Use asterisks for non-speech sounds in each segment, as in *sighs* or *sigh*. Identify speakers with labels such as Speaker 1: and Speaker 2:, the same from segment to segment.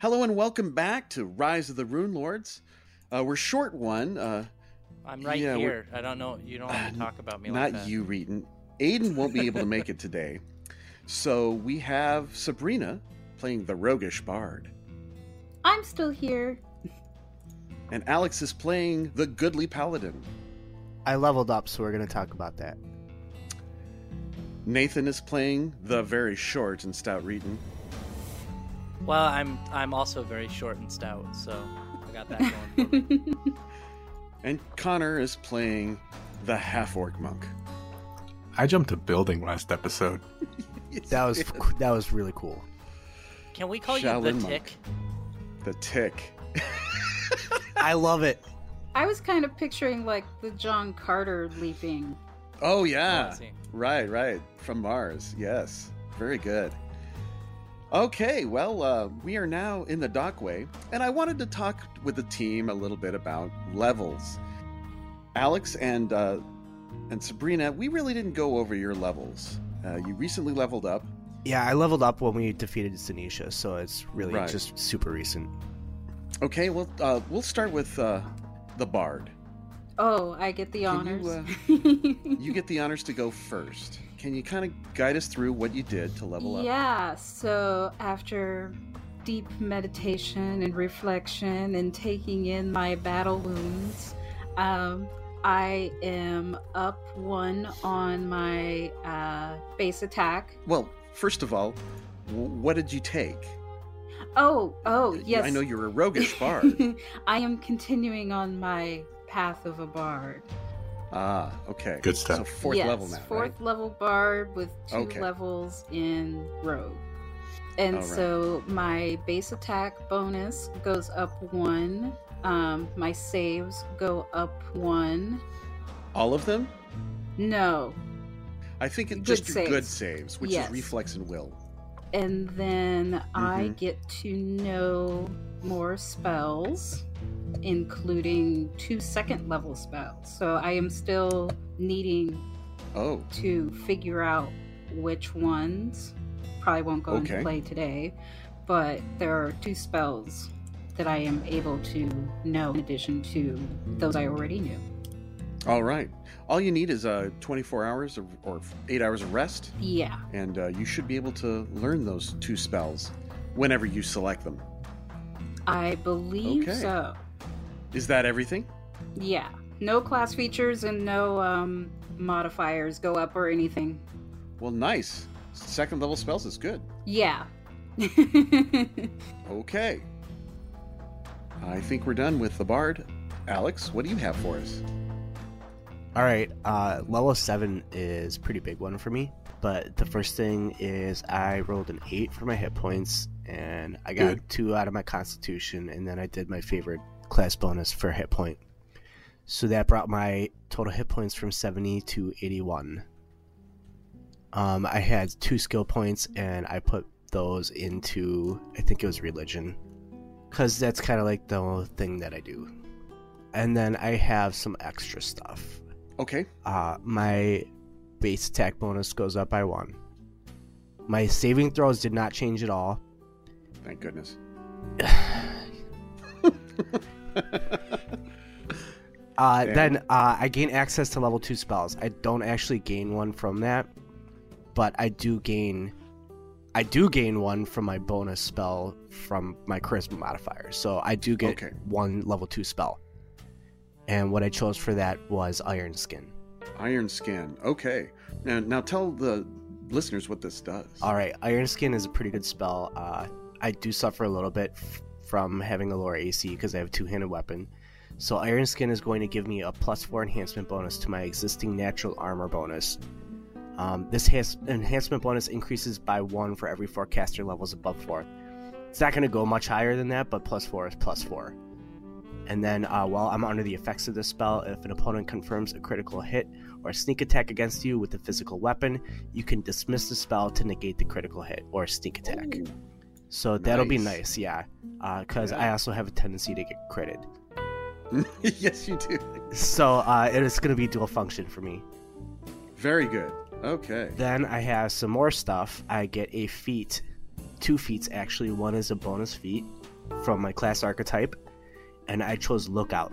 Speaker 1: Hello and welcome back to Rise of the Rune Lords. Uh, we're short one. Uh,
Speaker 2: I'm right
Speaker 1: Yeah, we're-
Speaker 2: here. I don't know. You don't
Speaker 1: *sighs*
Speaker 2: have to talk about me
Speaker 1: not
Speaker 2: like that.
Speaker 1: you, Reeton. Aiden won't be able to make it today, so we have Sabrina playing the roguish bard,
Speaker 3: I'm still here.
Speaker 1: and Alex is playing the goodly paladin.
Speaker 4: I leveled up, so we're gonna talk about that.
Speaker 1: Nathan is playing the very short and stout Reeton.
Speaker 2: Well, I'm I'm also very short and stout, so I got that
Speaker 1: *laughs*
Speaker 2: going. for me.
Speaker 1: And Connor is playing the half orc monk.
Speaker 5: I jumped a building last episode.
Speaker 1: *laughs*
Speaker 4: That was that was really cool.
Speaker 2: Can we call you
Speaker 1: Shaolin
Speaker 2: the
Speaker 1: monk.
Speaker 2: Tick?
Speaker 1: the tick.
Speaker 4: I love it.
Speaker 3: I was kind of picturing like the John Carter leaping.
Speaker 1: Oh
Speaker 2: Oh, I
Speaker 1: yeah.
Speaker 2: see.
Speaker 1: Right, right. From Mars. Yes. Very good. Okay, well, uh, we are now in the dockway, and I wanted to talk with the team a little bit about levels. Alex and uh, and Sabrina, we really didn't go over your levels. Uh, you recently leveled up,
Speaker 4: Yeah, I leveled up when we defeated Sinesha, so it's really
Speaker 1: Right.
Speaker 4: just super recent.
Speaker 1: okay? Well, uh, we'll start with uh, the bard.
Speaker 3: Oh, I get the
Speaker 1: Can
Speaker 3: honors. *laughs*
Speaker 1: you, uh, You get the honors to go first. Can you kind of guide us through what you did to level up?
Speaker 3: yeah, so after deep meditation and reflection and taking in my battle wounds, um, I am up one on my uh, base attack.
Speaker 1: Well, first of all, w- what did you take?
Speaker 3: Oh, oh,
Speaker 1: You-
Speaker 3: yes.
Speaker 1: I know you're a roguish
Speaker 3: *laughs*
Speaker 1: bard.
Speaker 3: I am continuing on my path of a bard.
Speaker 1: ah, okay.
Speaker 5: Good stuff.
Speaker 1: So fourth
Speaker 3: yes,
Speaker 1: level now.
Speaker 3: Fourth
Speaker 1: right?
Speaker 3: level bard with two
Speaker 1: Okay.
Speaker 3: levels in rogue. And
Speaker 1: All right.
Speaker 3: so my base attack bonus goes up one. Um, my saves go up one.
Speaker 1: All of them?
Speaker 3: No.
Speaker 1: I think it's
Speaker 3: Good
Speaker 1: just your
Speaker 3: saves.
Speaker 1: good saves, which
Speaker 3: Yes.
Speaker 1: is reflex and will.
Speaker 3: And then I
Speaker 1: Mhm.
Speaker 3: get to know more spells, including two second level spells. So I am still needing
Speaker 1: Oh,
Speaker 3: to figure out which ones. Probably won't go
Speaker 1: Okay.
Speaker 3: into play today, but there are two spells that I am able to know in addition to those I already knew.
Speaker 1: all right. All you need is uh, 24 hours of, or 8 hours of rest,
Speaker 3: Yeah.
Speaker 1: and uh, you should be able to learn those two spells whenever you select them.
Speaker 3: I believe
Speaker 1: Okay.
Speaker 3: so.
Speaker 1: Is that everything?
Speaker 3: Yeah. No class features and no um, modifiers go up or anything.
Speaker 1: Well, nice. Second level spells is good.
Speaker 3: Yeah. *laughs*
Speaker 1: Okay. I think we're done with the bard. Alex, what do you have for us?
Speaker 4: All right, uh, level seven is a pretty big one for me. But the first thing is I rolled an eight for my hit points, and I got
Speaker 5: Good.
Speaker 4: two out of my Constitution, and then I did my favorite class bonus for hit point. So that brought my total hit points from seventy to eighty-one. Um, I had two skill points, and I put those into I think it was religion, because that's kind of like the thing that I do. And then I have some extra stuff.
Speaker 1: Okay.
Speaker 4: Uh, my base attack bonus goes up by one. My saving throws did not change at all.
Speaker 1: Thank goodness.
Speaker 4: Uh,
Speaker 1: Fair.
Speaker 4: Then uh, I gain access to level two spells. I don't actually gain one from that, but I do gain, I do gain one from my bonus spell from my charisma modifier. So I do get
Speaker 1: Okay.
Speaker 4: one level two spell, and what I chose for that was Iron Skin.
Speaker 1: Iron Skin. Okay. Now, now tell the listeners what this does.
Speaker 4: All right, Iron Skin is a pretty good spell. Uh, I do suffer a little bit f- from having a lower AC because I have a two-handed weapon. So Iron Skin is going to give me a plus four enhancement bonus to my existing natural armor bonus. Um, this has- enhancement bonus increases by one for every four caster levels above four. It's not going to go much higher than that, but plus four is plus four. And then, uh, while I'm under the effects of this spell, if an opponent confirms a critical hit or sneak attack against you with a physical weapon, you can dismiss the spell to negate the critical hit or sneak attack.
Speaker 1: Ooh.
Speaker 4: So that'll be
Speaker 1: Nice.
Speaker 4: nice, yeah. Because I
Speaker 1: Yeah.
Speaker 4: also have a tendency to get critted.
Speaker 1: *laughs* yes, you do.
Speaker 4: So uh, it is going to be dual function for me.
Speaker 1: Very good. Okay.
Speaker 4: Then I have some more stuff. I get a feat, two feats actually. One is a bonus feat from my class archetype, and I chose Lookout.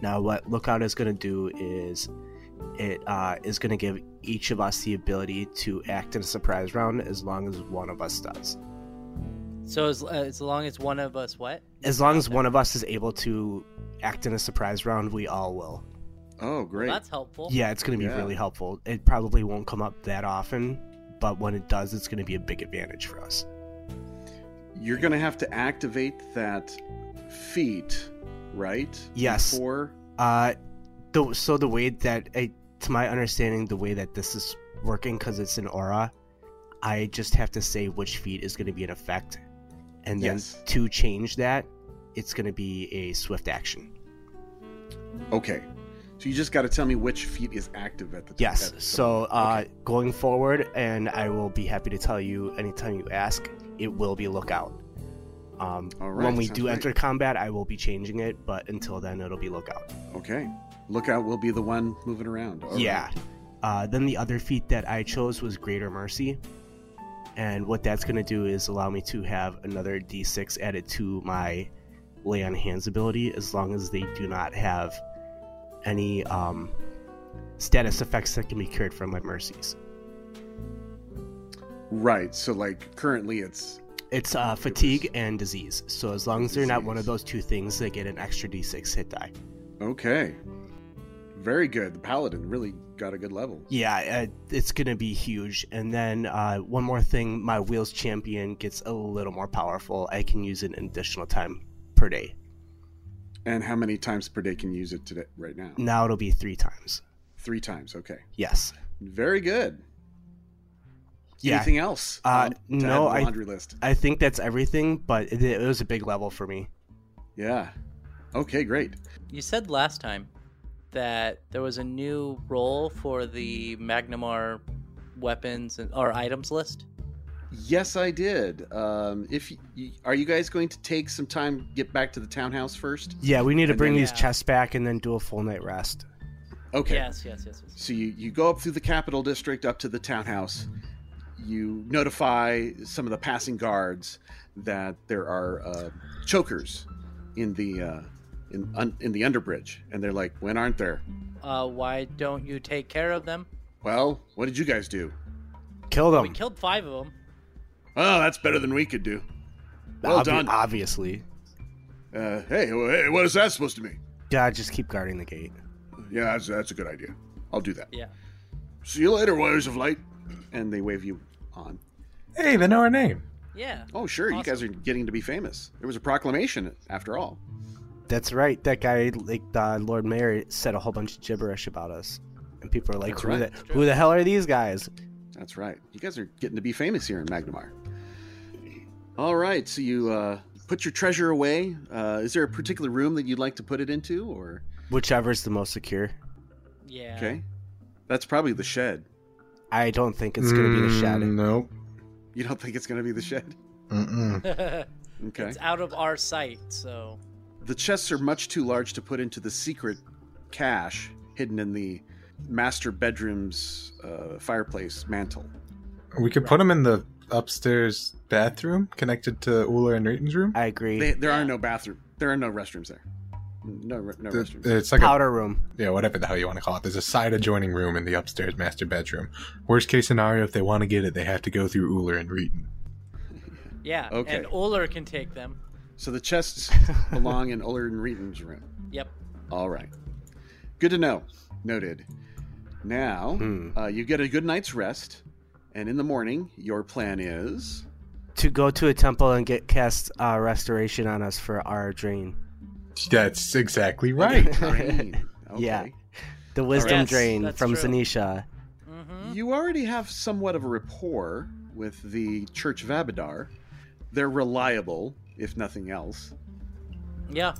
Speaker 4: Now, what Lookout is going to do is it uh, is going to give each of us the ability to act in a surprise round as long as one of us does.
Speaker 2: So as, uh, as long as one of us what?
Speaker 4: As long as one of us is able to act in a surprise round, we all will.
Speaker 1: Oh,
Speaker 2: Well,
Speaker 1: great.
Speaker 2: that's helpful.
Speaker 4: Yeah, it's going to be
Speaker 1: Yeah.
Speaker 4: really helpful. It probably won't come up that often, but when it does, it's going to be a big advantage for us.
Speaker 1: You're going to have to activate that feat, right?
Speaker 4: Yes.
Speaker 1: Before.
Speaker 4: Uh, the, so the way that I, to my understanding, the way that this is working because it's an aura, I just have to say which feat is going to be in effect, and then
Speaker 1: Yes.
Speaker 4: to change that, it's going to be a swift action.
Speaker 1: Okay. So you just got to tell me which feat is active at the time.
Speaker 4: Yes. So uh, going forward, and I will be happy to tell you anytime you ask, it will be lookout. Um,
Speaker 1: All right,
Speaker 4: when we
Speaker 1: sounds
Speaker 4: do
Speaker 1: great.
Speaker 4: enter combat, I will be changing it, but until then, it'll be lookout.
Speaker 1: Okay. Lookout will be the one moving around. All right.
Speaker 4: yeah. Uh, then the other feat that I chose was Greater Mercy. And what that's going to do is allow me to have another d6 added to my Lay on Hands ability as long as they do not have any um, status effects that can be cured from my mercies.
Speaker 1: Right. So like currently it's
Speaker 4: It's uh, fatigue and disease. So as long as they're not one of those two things, they get an extra d6 hit die.
Speaker 1: okay. Very good. The paladin really got a good level.
Speaker 4: Yeah, uh, it's gonna be huge. And then uh, one more thing, my wheels champion gets a little more powerful. I can use it an additional time per day.
Speaker 1: And how many times per day can you use it today right now?
Speaker 4: Now it'll be three times.
Speaker 1: 3 times. Okay.
Speaker 4: Yes.
Speaker 1: Very good.
Speaker 4: Yeah.
Speaker 1: Anything else?
Speaker 4: Uh,
Speaker 1: um, to add
Speaker 4: no,
Speaker 1: to the
Speaker 4: I-
Speaker 1: laundry list.
Speaker 4: I think that's everything, but it, it was a big level for me.
Speaker 1: Yeah. Okay, great.
Speaker 2: You said last time that there was a new role for the Magnamar weapons and or items list.
Speaker 1: Yes, I did. Um, if y- y- are you guys going to take some time get back to the townhouse first?
Speaker 4: Yeah, we need to
Speaker 1: And
Speaker 4: bring
Speaker 2: then-
Speaker 4: these
Speaker 2: Yeah.
Speaker 4: chests back and then do a full night rest.
Speaker 1: Okay.
Speaker 2: Yes, yes, yes, yes.
Speaker 1: So you, you go up through the capital district up to the townhouse. You notify some of the passing guards that there are uh, chokers in the uh, in un, in the underbridge, and they're like, "When aren't there?"
Speaker 2: Uh, why don't you take care of them?
Speaker 1: Well, what did you guys do?
Speaker 4: Kill them.
Speaker 2: We killed five of them.
Speaker 1: Oh, that's better than we could do. well
Speaker 4: Obvi-
Speaker 1: done.
Speaker 4: Obviously.
Speaker 1: Uh, hey, wh- hey, what is that supposed to mean?
Speaker 4: Yeah, just keep guarding the gate.
Speaker 1: Yeah, that's, that's a good idea. I'll do that.
Speaker 2: Yeah.
Speaker 1: See you later, Warriors of Light. And they wave you on.
Speaker 5: Hey, they know our name.
Speaker 2: Yeah.
Speaker 1: Oh, sure. You
Speaker 2: Awesome.
Speaker 1: guys are getting to be famous. There was a proclamation, after all.
Speaker 4: That's right. That guy, like uh, Lord Mayor, said a whole bunch of gibberish about us, and people are like,
Speaker 1: That's
Speaker 4: "Who
Speaker 1: right.
Speaker 4: the
Speaker 2: That's true.
Speaker 4: who the hell are these guys?"
Speaker 1: That's right. You guys are getting to be famous here in Magnamar. All right. So you uh, put your treasure away. Uh, is there a particular room that you'd like to put it into, or
Speaker 4: Whichever's the most secure.
Speaker 2: Yeah.
Speaker 1: okay? That's probably the shed.
Speaker 4: I don't think it's gonna be the shadow.
Speaker 5: Mm, Nope.
Speaker 1: You don't think it's going to be the shed?
Speaker 5: Mm-mm.
Speaker 1: Okay.
Speaker 2: *laughs* It's out of our sight, so
Speaker 1: The chests are much too large to put into the secret cache hidden in the master bedroom's uh, fireplace mantle.
Speaker 5: We could put him in the upstairs bathroom connected to Uller and Rayton's room.
Speaker 4: I agree.
Speaker 1: They, there are
Speaker 2: Yeah.
Speaker 1: no bathroom. There are no restrooms there. No, re- no
Speaker 5: The-
Speaker 1: restrooms.
Speaker 5: It's like a
Speaker 4: Powder room. *laughs*
Speaker 5: yeah, whatever the hell you want to call it. There's a side adjoining room in the upstairs master bedroom. Worst case scenario, if they want to get it, they have to go through Uller and Reeton.
Speaker 2: yeah.
Speaker 1: Okay.
Speaker 2: And Uller can take them.
Speaker 1: So the chests belong in Uller and Reeton's room.
Speaker 2: Yep.
Speaker 1: All right. Good to know. Noted. Now,
Speaker 4: Hmm.
Speaker 1: uh, you get a good night's rest, and in the morning, your plan is
Speaker 4: To go to a temple and get cast uh, restoration on us for our drain.
Speaker 5: That's exactly right.
Speaker 1: drain. Okay.
Speaker 4: Yeah. The wisdom
Speaker 2: Yes,
Speaker 4: drain
Speaker 2: that's
Speaker 4: from
Speaker 2: true.
Speaker 4: Zanisha.
Speaker 2: Mm-hmm.
Speaker 1: You already have somewhat of a rapport with the Church of Abadar. They're reliable, if nothing else,
Speaker 2: Yeah.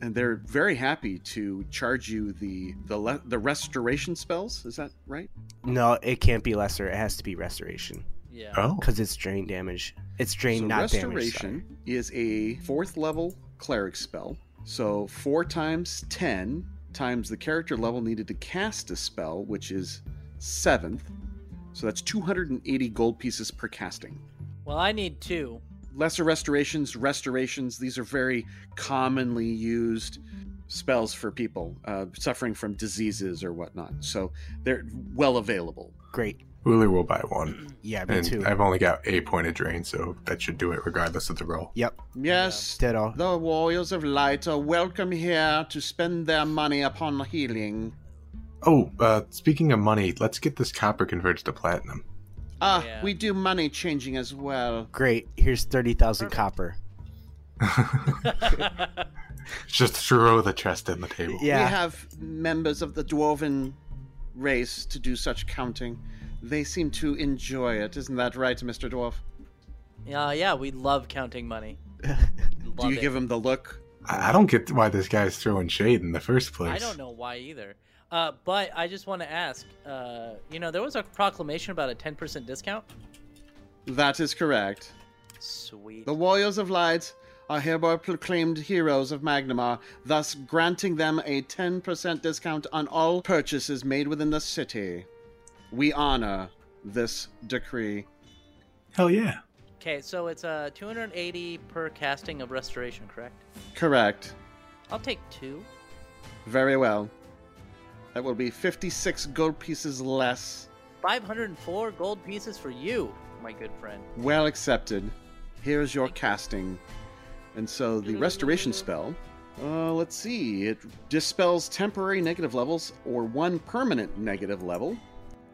Speaker 1: and they're very happy to charge you the the le- the restoration spells. Is that right?
Speaker 4: No, it can't be lesser. It has to be restoration
Speaker 2: Yeah.
Speaker 5: oh,
Speaker 4: because it's drain damage. It's drain,
Speaker 1: so
Speaker 4: not damage.
Speaker 1: restoration
Speaker 4: sorry.
Speaker 1: is a fourth level cleric spell. So four times ten times the character level needed to cast a spell, which is seventh. So that's 280 gold pieces per casting.
Speaker 2: Well, I need two. *laughs*
Speaker 1: lesser restorations, restorations, these are very commonly used spells for people uh, suffering from diseases or whatnot. So they're well available.
Speaker 4: Great.
Speaker 5: Uli will buy one.
Speaker 4: Yeah, me
Speaker 5: And
Speaker 4: too.
Speaker 5: I've only got a point of drain, so that should do it regardless of the roll.
Speaker 4: Yep.
Speaker 1: Yes,
Speaker 4: Ditto.
Speaker 1: the Warriors of Light are welcome here to spend their money upon healing.
Speaker 5: Oh, uh, speaking of money, let's get this copper converted to platinum. *laughs*
Speaker 1: Ah,
Speaker 2: Yeah.
Speaker 1: we do money changing as well.
Speaker 4: Great. Here's 30,000
Speaker 2: Perfect.
Speaker 4: copper.
Speaker 5: Just throw the chest in the table.
Speaker 1: We
Speaker 4: Yeah.
Speaker 1: have members of the dwarven race to do such counting. They seem to enjoy it. Isn't that right, Mr. Dwarf?
Speaker 2: yeah, yeah, we love counting money.
Speaker 1: do
Speaker 2: Love
Speaker 1: you
Speaker 2: it.
Speaker 1: give him the look?
Speaker 5: I I don't get why this guy's throwing shade in the first place.
Speaker 2: I don't know why either. Uh, but I just want to ask. Uh, you know, there was a proclamation about a ten percent discount.
Speaker 1: That is correct.
Speaker 2: Sweet.
Speaker 1: The Warriors of Light are hereby proclaimed heroes of Magnamar, thus granting them a 10% discount on all purchases made within the city. We honor this decree.
Speaker 5: Hell yeah.
Speaker 2: Okay, so it's uh, 280 per casting of restoration, correct?
Speaker 1: Correct.
Speaker 2: I'll take two.
Speaker 1: Very well. That will be 56 gold pieces less.
Speaker 2: 504 gold pieces for you, my good friend.
Speaker 1: Well accepted. Here's your casting. And so the restoration spell. Uh, let's see. It dispels temporary negative levels or one permanent negative level,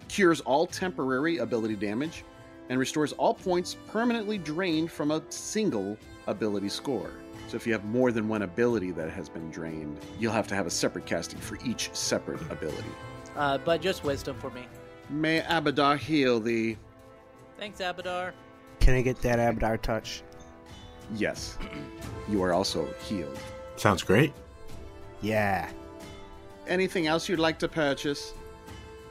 Speaker 1: cures all temporary ability damage, and restores all points permanently drained from a single ability score. So if you have more than one ability that has been drained, you'll have to have a separate casting for each separate ability.
Speaker 2: Uh, but just wisdom for me.
Speaker 1: May Abadar heal thee.
Speaker 2: Thanks, Abadar.
Speaker 4: Can I get that Abadar touch?
Speaker 1: Yes, you are also healed.
Speaker 5: Sounds great.
Speaker 4: Yeah.
Speaker 1: Anything else you'd like to purchase?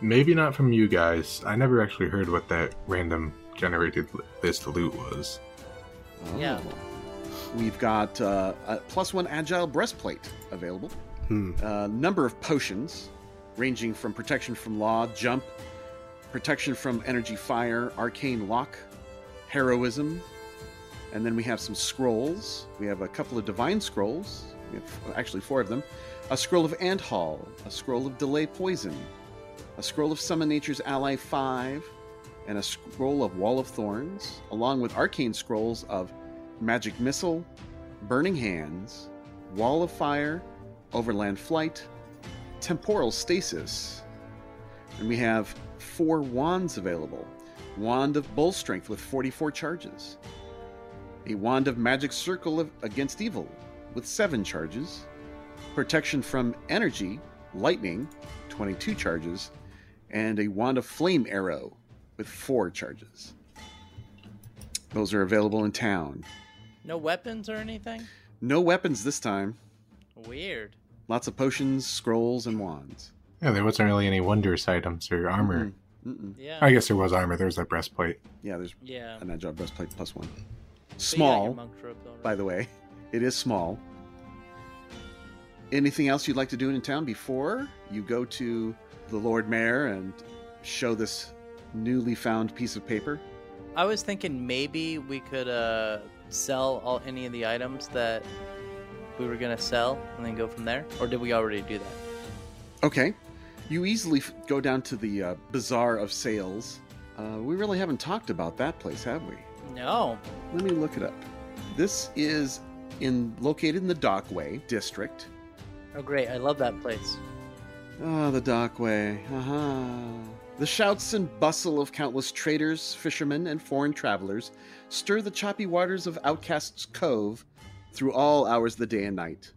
Speaker 5: Maybe not from you guys. I never actually heard what that random generated l- list loot was.
Speaker 2: Yeah.
Speaker 1: We've got uh, a plus one agile breastplate available,
Speaker 4: Hmm.
Speaker 1: a number of potions ranging from protection from law, jump, protection from energy fire, arcane lock, heroism, and then we have some scrolls. We have a couple of divine scrolls, we have actually four of them a scroll of ant hall, a scroll of delay poison, a scroll of summon nature's ally 5, and a scroll of wall of thorns, along with arcane scrolls of magic missile, burning hands, wall of fire, overland flight, temporal stasis. And we have four wands available wand of bull strength with 44 charges, a wand of magic circle of against evil with 7 charges, protection from energy, lightning, 22 charges, and a wand of flame arrow with 4 charges. Those are available in town.
Speaker 2: No weapons or anything?
Speaker 1: No weapons this time.
Speaker 2: Weird.
Speaker 1: Lots of potions, scrolls, and wands.
Speaker 5: Yeah, there wasn't really any wondrous items or armor.
Speaker 1: Mm-mm. Mm-mm.
Speaker 2: Yeah.
Speaker 5: I guess there was armor. There was that breastplate.
Speaker 1: Yeah, there's
Speaker 2: Yeah.
Speaker 1: an agile breastplate plus one.
Speaker 2: But you got your
Speaker 1: Small,
Speaker 2: monk robe, though, right?
Speaker 1: by the way. It is small. Anything else you'd like to do in town before you go to the Lord Mayor and show this newly found piece of paper?
Speaker 2: I was thinking maybe we could uh, sell all any of the items that we were gonna sell and then go from there. Or did we already do that?
Speaker 1: Okay. You easily f- go down to the uh, Bazaar of Sales. Uh, we really haven't talked about that place, have we?
Speaker 2: No.
Speaker 1: Let me look it up. This is in located in the Dockway district.
Speaker 2: Oh, great! I love that place.
Speaker 1: Ah, the dockway. Aha. The shouts and bustle of countless traders, fishermen, and foreign travelers stir the choppy waters of Outcast's Cove through all hours of the day and night.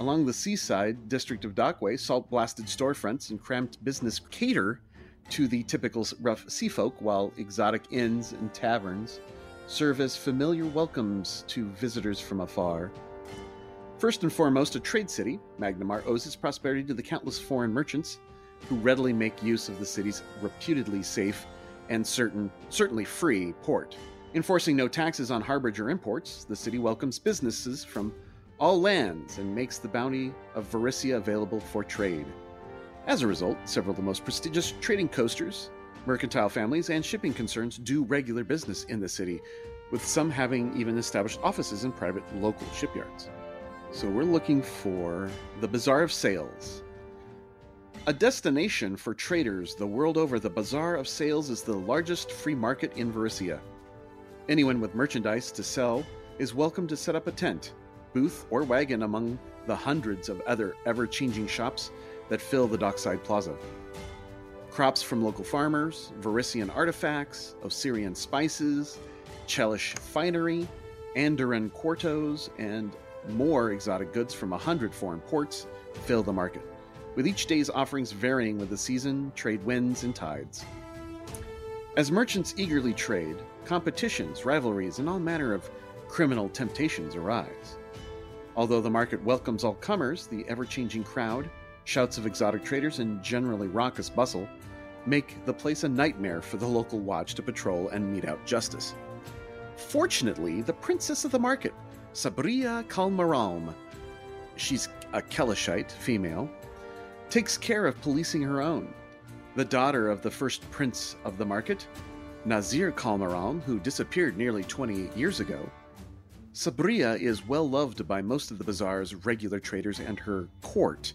Speaker 1: Along the seaside district of Dockway, salt blasted storefronts and cramped business cater to the typical rough sea folk, while exotic inns and taverns serve as familiar welcomes to visitors from afar. First and foremost, a trade city, Magnamar owes its prosperity to the countless foreign merchants who readily make use of the city's reputedly safe and certain, certainly free port. Enforcing no taxes on harborage or imports, the city welcomes businesses from all lands and makes the bounty of Varicia available for trade. As a result, several of the most prestigious trading coasters, mercantile families, and shipping concerns do regular business in the city, with some having even established offices in private local shipyards. So we're looking for the Bazaar of Sales. A destination for traders the world over, the Bazaar of Sales is the largest free market in Varissia. Anyone with merchandise to sell is welcome to set up a tent, booth, or wagon among the hundreds of other ever changing shops that fill the dockside plaza. Crops from local farmers, Varissian artifacts, Osirian spices, Chelish finery, Andoran quartos, and more exotic goods from a hundred foreign ports fill the market, with each day's offerings varying with the season, trade winds, and tides. As merchants eagerly trade, competitions, rivalries, and all manner of criminal temptations arise. Although the market welcomes all comers, the ever changing crowd, shouts of exotic traders, and generally raucous bustle make the place a nightmare for the local watch to patrol and mete out justice. Fortunately, the princess of the market, Sabria Kalmaram, she's a Kelishite female, takes care of policing her own. The daughter of the first prince of the market, Nazir Kalmaram, who disappeared nearly 28 years ago, Sabria is well loved by most of the bazaar's regular traders and her court,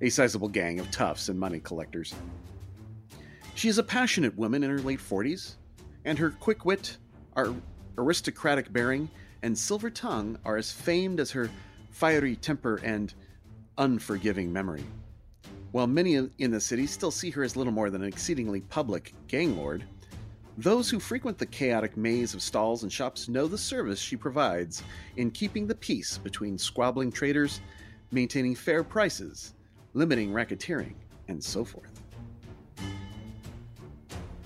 Speaker 1: a sizable gang of toughs and money collectors. She is a passionate woman in her late 40s, and her quick wit, ar- aristocratic bearing, and silver tongue are as famed as her fiery temper and unforgiving memory. While many in the city still see her as little more than an exceedingly public gang lord, those who frequent the chaotic maze of stalls and shops know the service she provides in keeping the peace between squabbling traders, maintaining fair prices, limiting racketeering, and so forth.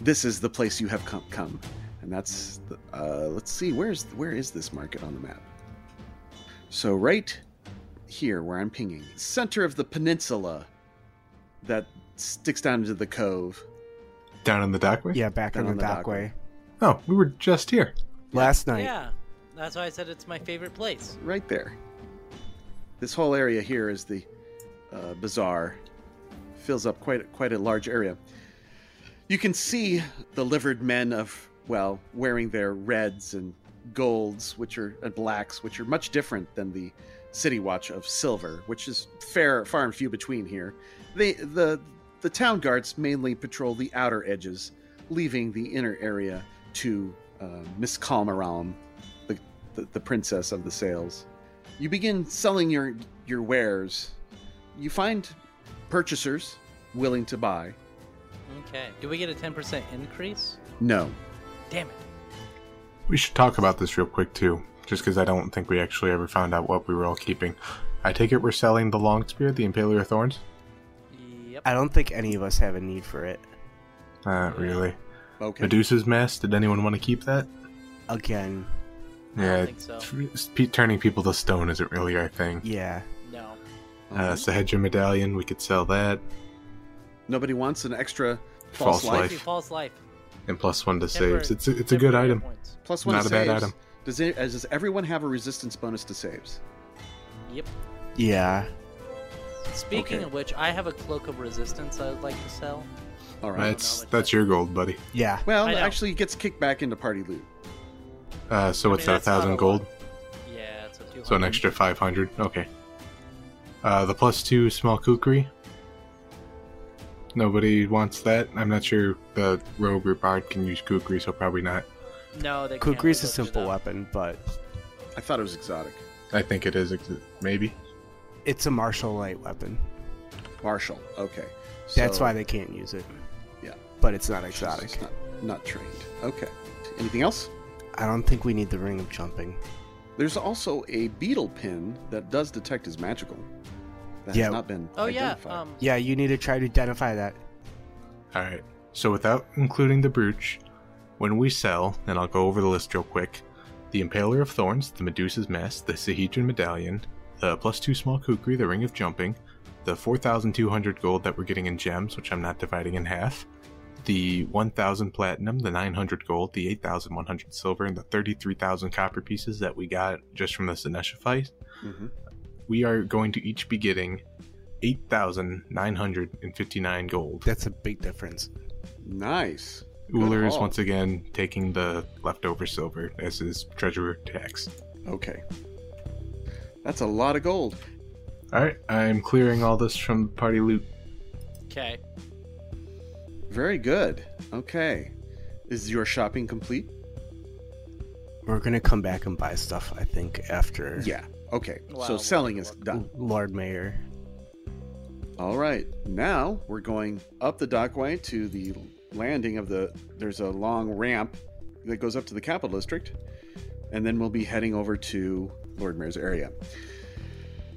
Speaker 1: This is the place you have come, come and that's the, uh, let's see where's where is this market on the map? So right here where I'm pinging, center of the peninsula that sticks down into the cove.
Speaker 5: Down in the dockway?
Speaker 4: Yeah, back
Speaker 1: Down
Speaker 4: on the,
Speaker 1: on the dock
Speaker 4: dockway.
Speaker 5: Oh, we were just here.
Speaker 4: Last night.
Speaker 2: Yeah, that's why I said it's my favorite place.
Speaker 1: right there. This whole area here is the uh, bazaar. Fills up quite quite a large area. You can see the livered men of well wearing their reds and golds, which are and blacks, which are much different than the city watch of silver, which is fair far and few between here. They the the town guards mainly patrol the outer edges, leaving the inner area to uh, Miss Calmaram the, the princess of the sales. You begin selling your your wares. You find purchasers willing to buy.
Speaker 2: Okay. Do we get a 10% increase?
Speaker 1: No,
Speaker 2: Damn it.
Speaker 5: We should talk about this real quick, too, just because I don't think we actually ever found out what we were all keeping. I take it we're selling the long spear, the Impaler Thorns?
Speaker 2: Yep.
Speaker 4: I don't think any of us have a need for it.
Speaker 5: Not really.
Speaker 1: okay.
Speaker 5: Medusa's Mask, did anyone want to keep that?
Speaker 4: Again.
Speaker 5: Yeah,
Speaker 2: think so.
Speaker 5: it's- pe- turning people to stone isn't really our thing.
Speaker 4: Yeah.
Speaker 2: No.
Speaker 1: Uh-huh.
Speaker 5: Uh,
Speaker 2: Mm-hmm.
Speaker 5: Sahedra Medallion, we could sell that,
Speaker 1: Nobody wants an extra
Speaker 5: False
Speaker 1: false,
Speaker 5: life.
Speaker 1: life.
Speaker 2: Actually, False life.
Speaker 5: and plus one to
Speaker 2: Temporary-
Speaker 5: saves. It's a, it's a good
Speaker 2: temporary
Speaker 5: item.
Speaker 2: points.
Speaker 1: Plus one
Speaker 5: Not
Speaker 1: to
Speaker 5: a bad
Speaker 1: saves.
Speaker 5: item.
Speaker 1: Does it, as- does everyone have a resistance bonus to saves?
Speaker 2: Yep.
Speaker 4: Yeah.
Speaker 2: Speaking
Speaker 1: Okay.
Speaker 2: of which, I have a cloak of resistance I would like to sell.
Speaker 1: All right.
Speaker 5: That's that's your gold, buddy.
Speaker 4: Yeah.
Speaker 1: Well,
Speaker 2: I know.
Speaker 1: actually, it gets kicked back into party loot.
Speaker 5: Uh, so
Speaker 2: I
Speaker 5: what's that? A
Speaker 2: mean, that's not a
Speaker 5: thousand
Speaker 2: lot.
Speaker 5: gold.
Speaker 2: Yeah, it's a 200.
Speaker 5: So an extra five hundred. Okay. Uh, the plus two small kukri. Nobody wants that. I'm not sure the rogue or bard can use kukri, so probably not.
Speaker 2: No, they can't.
Speaker 4: Kukri's a
Speaker 2: Those are
Speaker 4: simple
Speaker 2: the-
Speaker 4: weapon, but
Speaker 1: I thought it was exotic.
Speaker 5: I think it is ex- maybe.
Speaker 4: it's a martial light weapon.
Speaker 1: Marshall. Okay.
Speaker 4: That's
Speaker 1: So-
Speaker 4: why they can't use it.
Speaker 1: Yeah.
Speaker 4: But it's not
Speaker 1: she's
Speaker 4: exotic.
Speaker 1: Not, not trained. Okay. Anything else?
Speaker 4: I don't think we need the ring of jumping.
Speaker 1: There's also a beetle pin that does detect as magical. That
Speaker 4: Yeah.
Speaker 1: has not been
Speaker 2: Oh, yeah.
Speaker 1: identified.
Speaker 2: Um,
Speaker 4: Yeah, you need to try to identify that.
Speaker 5: All right. So without including the brooch, when we sell, and I'll go over the list real quick: the Impaler of Thorns, the Medusa's Mask, the Sahedron Medallion, the plus two small kukri, the Ring of Jumping, the four thousand two hundred gold that we're getting in gems, which I'm not dividing in half, the one thousand platinum, the nine hundred gold, the eight thousand one hundred silver, and the thirty-three thousand copper pieces that we got just from the Sinesha fight.
Speaker 1: Mhm.
Speaker 5: We are going to each be getting eight thousand nine hundred and fifty-nine gold.
Speaker 4: That's a big difference.
Speaker 1: Nice.
Speaker 5: Uller is
Speaker 1: haul.
Speaker 5: once again taking the leftover silver as his treasurer tax.
Speaker 1: Okay. That's a lot of gold.
Speaker 5: Alright, I'm clearing all this from party loot.
Speaker 2: Okay.
Speaker 1: Very good. Okay. Is your shopping complete?
Speaker 4: We're gonna come back and buy stuff. I think after
Speaker 1: Yeah. Okay.
Speaker 2: Wow,
Speaker 1: so
Speaker 2: look
Speaker 1: selling
Speaker 2: at
Speaker 1: is
Speaker 2: what-
Speaker 1: done.
Speaker 4: Lord Mayor.
Speaker 1: All right. Now we're going up the dockway to the landing of the. There's a long ramp that goes up to the capital district, and then we'll be heading over to Lord Mayor's area.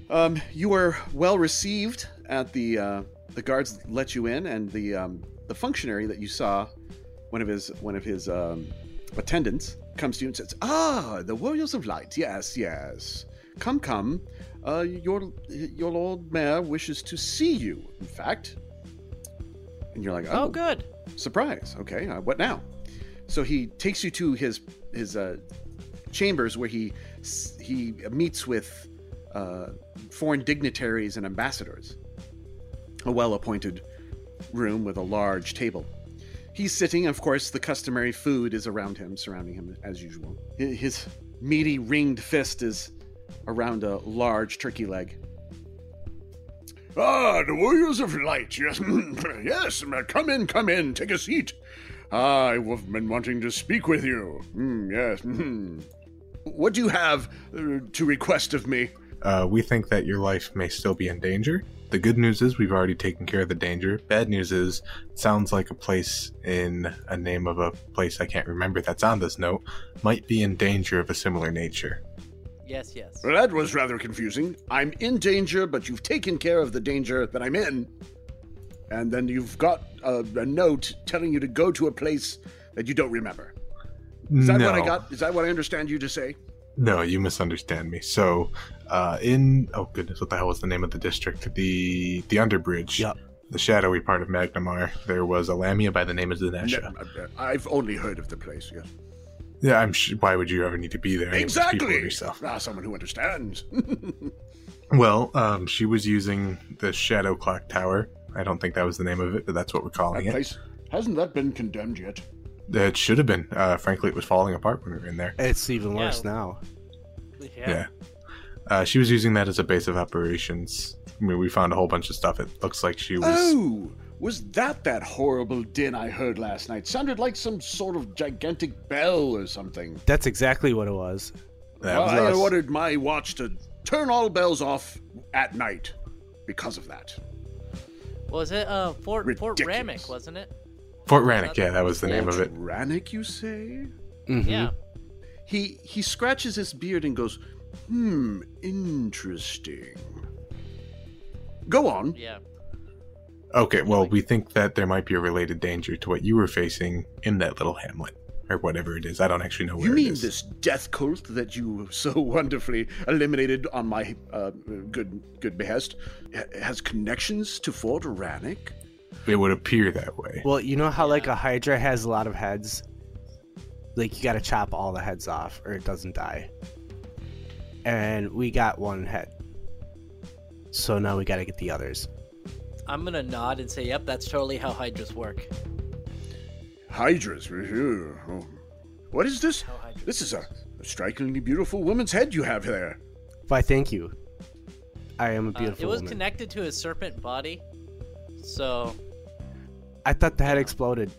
Speaker 1: Um, you are well received at the. Uh, the guards let you in, and the um, the functionary that you saw, one of his one of his um, attendants, comes to you and says, "Ah, the Warriors of Light. Yes, yes. Come, come. Uh, your your Lord Mayor wishes to see you. In fact." And you're like,
Speaker 2: Oh,
Speaker 1: "Oh,
Speaker 2: good.
Speaker 1: surprise okay uh, what now so he takes you to his his uh, chambers where he s- he meets with uh, foreign dignitaries and ambassadors a well-appointed room with a large table he's sitting of course the customary food is around him surrounding him as usual Hi- his meaty ringed fist is around a large turkey leg Ah, the warriors of light. Yes, *clears throat* yes. Come in, come in. Take a seat. I have been wanting to speak with you. Mm, yes. mhm. What do you have uh, to request of me?
Speaker 5: Uh, we think that your life may still be in danger. The good news is we've already taken care of the danger. Bad news is it sounds like a place in a name of a place I can't remember that's on this note might be in danger of a similar nature.
Speaker 2: Yes, yes.
Speaker 1: Well, that was rather confusing. I'm in danger, but you've taken care of the danger that I'm in. And then you've got a, a note telling you to go to a place that you don't remember. Is that
Speaker 5: no.
Speaker 1: what I got? Is that what I understand you to say?
Speaker 5: No, you misunderstand me. So, uh, in oh goodness, what the hell was the name of the district? The the Underbridge.
Speaker 4: Yep.
Speaker 5: The shadowy part of Magnamar. There was a Lamia by the name of Zanesha.
Speaker 1: No, uh, I've only heard of the place, yes.
Speaker 5: Yeah, I'm. Sh- why would you ever need to be there? I mean, just people
Speaker 1: Exactly.
Speaker 5: yourself.
Speaker 1: Ah, someone who understands.
Speaker 5: Well, um, she was using the Shadow Clock Tower. I don't think that was the name of it, but that's what we're calling
Speaker 1: That
Speaker 5: it.
Speaker 1: place hasn't that been condemned yet?
Speaker 5: It should have been. Uh, frankly, it was falling apart when we were in there.
Speaker 4: It's even
Speaker 2: Yeah.
Speaker 4: worse now.
Speaker 5: Yeah. Uh, she was using that as a base of operations. I mean, we found a whole bunch of stuff. It looks like she was.
Speaker 1: Oh, was that that horrible din I heard last night? Sounded like some sort of gigantic bell or something.
Speaker 4: That's exactly what it was.
Speaker 5: that
Speaker 1: well,
Speaker 5: was
Speaker 1: I
Speaker 5: us.
Speaker 1: ordered my watch to turn all bells off at night because of that.
Speaker 2: Was it uh Fort Fort
Speaker 1: Ridiculous.
Speaker 2: Ramick, wasn't it?
Speaker 5: Fort Rannick. Yeah, that was the name of it.
Speaker 1: Rannick, you say?
Speaker 4: Mm-hmm.
Speaker 2: Yeah.
Speaker 1: He he scratches his beard and goes, "Hmm, interesting." Go on.
Speaker 2: Yeah.
Speaker 5: Okay, well, we think that there might be a related danger to what you were facing in that little hamlet, or whatever it is. I don't actually know where
Speaker 1: You
Speaker 5: it
Speaker 1: mean
Speaker 5: is.
Speaker 1: this death cult that you so *laughs* wonderfully eliminated on my uh, good good behest ha- has connections to Fort Rannick?
Speaker 5: It would appear that way.
Speaker 4: Well, you know how like
Speaker 2: Yeah.
Speaker 4: a Hydra has a lot of heads. Like you gotta chop all the heads off, or it doesn't die. And we got one head. So now we gotta get the others.
Speaker 2: I'm gonna nod and say, "Yep, that's totally how hydras work."
Speaker 1: Hydras. ew. Oh. What is this?
Speaker 2: How hydras.
Speaker 1: This is a strikingly beautiful woman's head you have there.
Speaker 4: Why? Thank you. I am a
Speaker 2: Uh,
Speaker 4: beautiful
Speaker 2: it was
Speaker 4: woman.
Speaker 2: connected to his serpent body, so
Speaker 4: I thought the head exploded.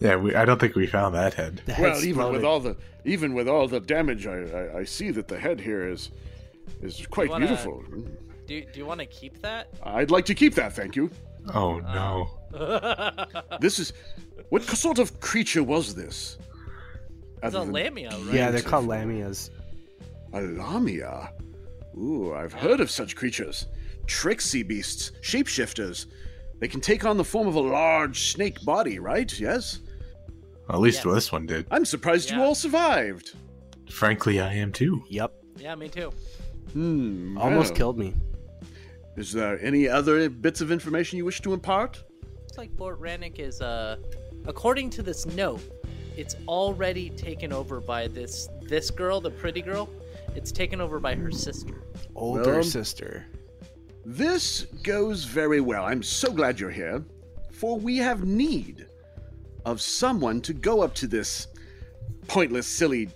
Speaker 5: Yeah, we, I don't think we found that head.
Speaker 4: The head
Speaker 1: Well, even with
Speaker 4: exploded.
Speaker 1: all the even with all the damage, I, I, I see that the head here is is quite
Speaker 2: wanna-
Speaker 1: beautiful.
Speaker 2: do do you want to keep that? *laughs*
Speaker 1: I'd like to keep that. Thank you.
Speaker 5: Oh no.
Speaker 2: Uh.
Speaker 1: This is what sort of creature was this?
Speaker 2: it's
Speaker 1: Other
Speaker 2: a
Speaker 1: than-
Speaker 2: lamia, right?
Speaker 4: yeah, they're called lamias.
Speaker 1: A lamia? Ooh, I've heard of such creatures. Tricksy beasts, shapeshifters. They can take on the form of a large snake body, right? Yes?
Speaker 5: At least
Speaker 2: Yes.
Speaker 5: this one did.
Speaker 1: I'm surprised you
Speaker 2: Yeah.
Speaker 1: all survived.
Speaker 5: Frankly, I am too.
Speaker 4: Yep,
Speaker 2: Yeah, me too.
Speaker 1: Hmm.
Speaker 4: almost
Speaker 1: well.
Speaker 4: killed me.
Speaker 1: Is there any other bits of information you wish to impart?
Speaker 2: It's like Fort Rannick is, uh, according to this note, it's already taken over by this this girl, the pretty girl. It's taken over by her sister.
Speaker 4: Older
Speaker 1: Well-
Speaker 4: sister.
Speaker 1: This goes very well. I'm so glad you're here, for we have need of someone to go up to this pointless, silly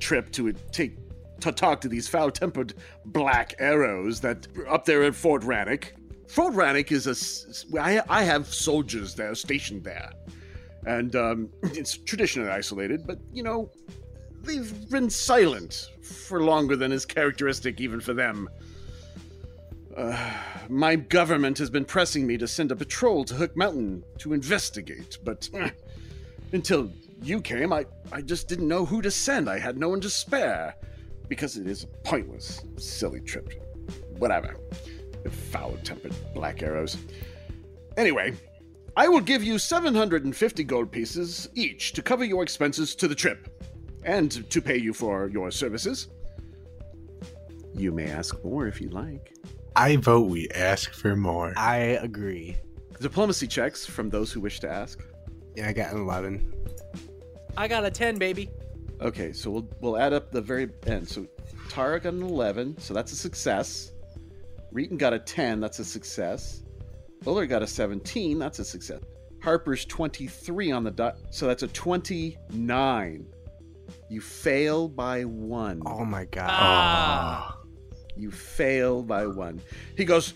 Speaker 1: trip to take to talk to these foul-tempered black arrows that are up there at Fort Rannoch. Fort Rannoch is a. s- s- I, I have soldiers there stationed there, and um, *clears throat* it's traditionally isolated. But you know, they've been silent for longer than is characteristic even for them. Uh, my government has been pressing me to send a patrol to Hook Mountain to investigate, but eh, until you came, I, I just didn't know who to send. I had no one to spare because it is a pointless, silly trip. Whatever. Foul tempered black arrows. Anyway, I will give you 750 gold pieces each to cover your expenses to the trip and to pay you for your services. You may ask more if you like.
Speaker 5: I vote we ask for more.
Speaker 4: I agree.
Speaker 1: Diplomacy checks from those who wish to ask.
Speaker 4: Yeah, I got an 11.
Speaker 2: I got a 10, baby.
Speaker 1: Okay, so we'll we'll add up the very end. So Tara got an eleven, so that's a success. Reeton got a ten, that's a success. Uller got a seventeen, that's a success. Harper's twenty-three on the dot, so that's a twenty-nine. You fail by one.
Speaker 4: Oh my god.
Speaker 2: Ah.
Speaker 1: You fail by one. He goes,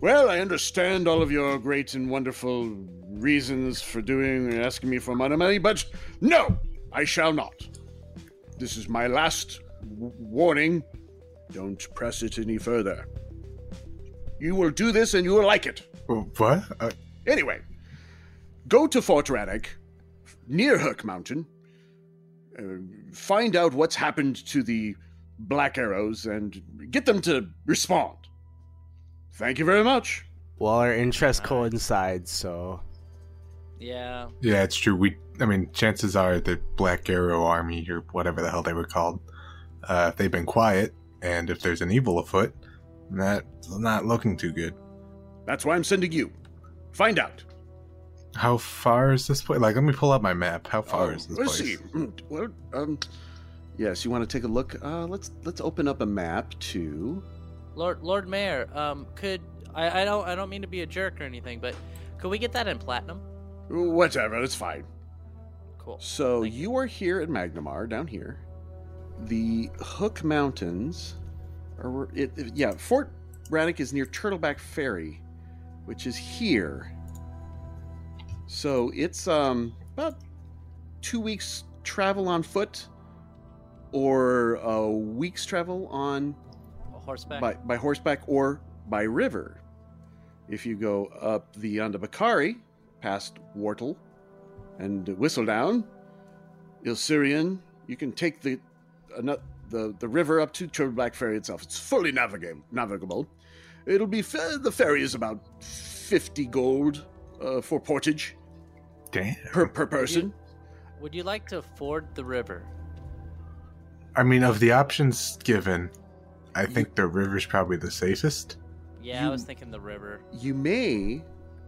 Speaker 1: Well, I understand all of your great and wonderful reasons for doing and asking me for my money, but no, I shall not. This is my last w- warning. Don't press it any further. You will do this and you will like it.
Speaker 5: Wh- What? Uh,
Speaker 1: Anyway, go to Fort Rannoch, near Hook Mountain. Uh, find out what's happened to the Black Arrows and get them to respond. Thank you very much.
Speaker 4: Well, our interest coincides, so
Speaker 2: Yeah.
Speaker 5: yeah, it's true. We, I mean, chances are the Black Arrow Army or whatever the hell they were called, uh, if they've been quiet and if there's an evil afoot, that's not looking too good.
Speaker 1: That's why I'm sending you. Find out.
Speaker 5: How far is this place? Like, let me pull out my map. How far is this
Speaker 1: Oh, let's
Speaker 5: place?
Speaker 1: see. Mm, Well, um, yes, you want to take a look. Uh, let's let's open up a map to.
Speaker 2: Lord Lord Mayor, um could I, I don't I don't mean to be a jerk or anything, but could we get that in platinum?
Speaker 1: Whatever, it's fine.
Speaker 2: Cool.
Speaker 1: So you are here at Magnamar, down here. The Hook Mountains, or it, it- yeah, Fort Raddock is near Turtleback Ferry, which is here. So it's um about two weeks travel on foot, or a week's travel on
Speaker 2: A horseback.
Speaker 1: by, by horseback or by river. If you go up the Andabakari, past Wartle and Whistledown, Ilsyrian, you can take the ano- the, the river up to Turtleback Ferry itself. It's fully navigable. navigable. It'll be fair, the ferry is about 50 gold uh, for portage
Speaker 5: Damn.
Speaker 1: per, per person.
Speaker 2: Would you like to ford the river?
Speaker 5: I mean, of the options given, I think the river's probably the safest. *laughs*
Speaker 2: Yeah, I
Speaker 1: You-
Speaker 2: was thinking the river.
Speaker 1: You may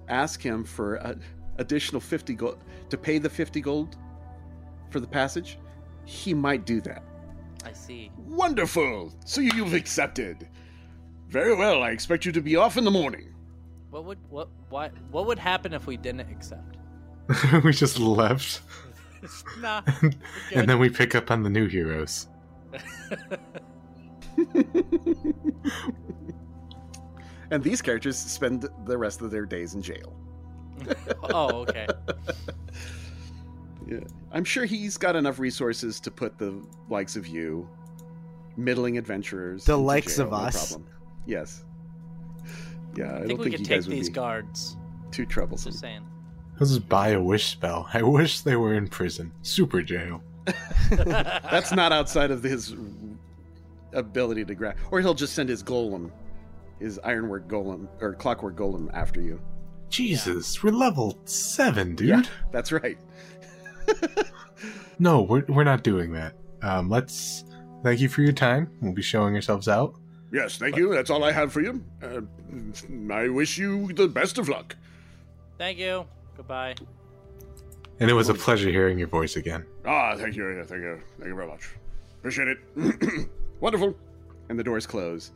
Speaker 1: ask him for a, additional 50 gold to pay the 50 gold for the passage. He might do that.
Speaker 2: I see.
Speaker 1: Wonderful! So you've accepted. Very well, I expect you to be off in the morning.
Speaker 2: What would what why what would happen if we didn't accept? *laughs*
Speaker 5: we just left, *laughs*
Speaker 2: nah.
Speaker 5: and then we pick up on the new heroes.
Speaker 1: And these characters spend the rest of their days in jail.
Speaker 2: oh, okay.
Speaker 1: I'm sure he's got enough resources to put the likes of you, middling adventurers,
Speaker 4: The
Speaker 1: into
Speaker 4: likes
Speaker 1: jail,
Speaker 4: of
Speaker 1: no
Speaker 4: us.
Speaker 1: problem. Yes. Yeah, I,
Speaker 2: I
Speaker 1: don't
Speaker 2: think
Speaker 1: think
Speaker 2: we could
Speaker 1: you
Speaker 2: take
Speaker 1: guys would
Speaker 2: these
Speaker 1: be
Speaker 2: guards.
Speaker 1: too troublesome.
Speaker 2: Just saying.
Speaker 5: Let's just buy a wish spell. I wish they were in prison. Super jail.
Speaker 1: *laughs* That's not outside of his ability to grab, or he'll just send his golem, his ironwork golem or clockwork golem after you.
Speaker 5: Jesus, we're level seven, dude.
Speaker 1: Yeah, that's right.
Speaker 5: No, we're, we're not doing that. Um, let's thank you for your time. We'll be showing ourselves out.
Speaker 1: Yes, thank you. That's all I have for you. Uh, I wish you the best of luck.
Speaker 2: *laughs* Thank you. Goodbye.
Speaker 5: And it was a pleasure hearing your voice again.
Speaker 1: Ah, thank you, thank you, thank you very much. Appreciate it. *clears throat* Wonderful. And the doors close,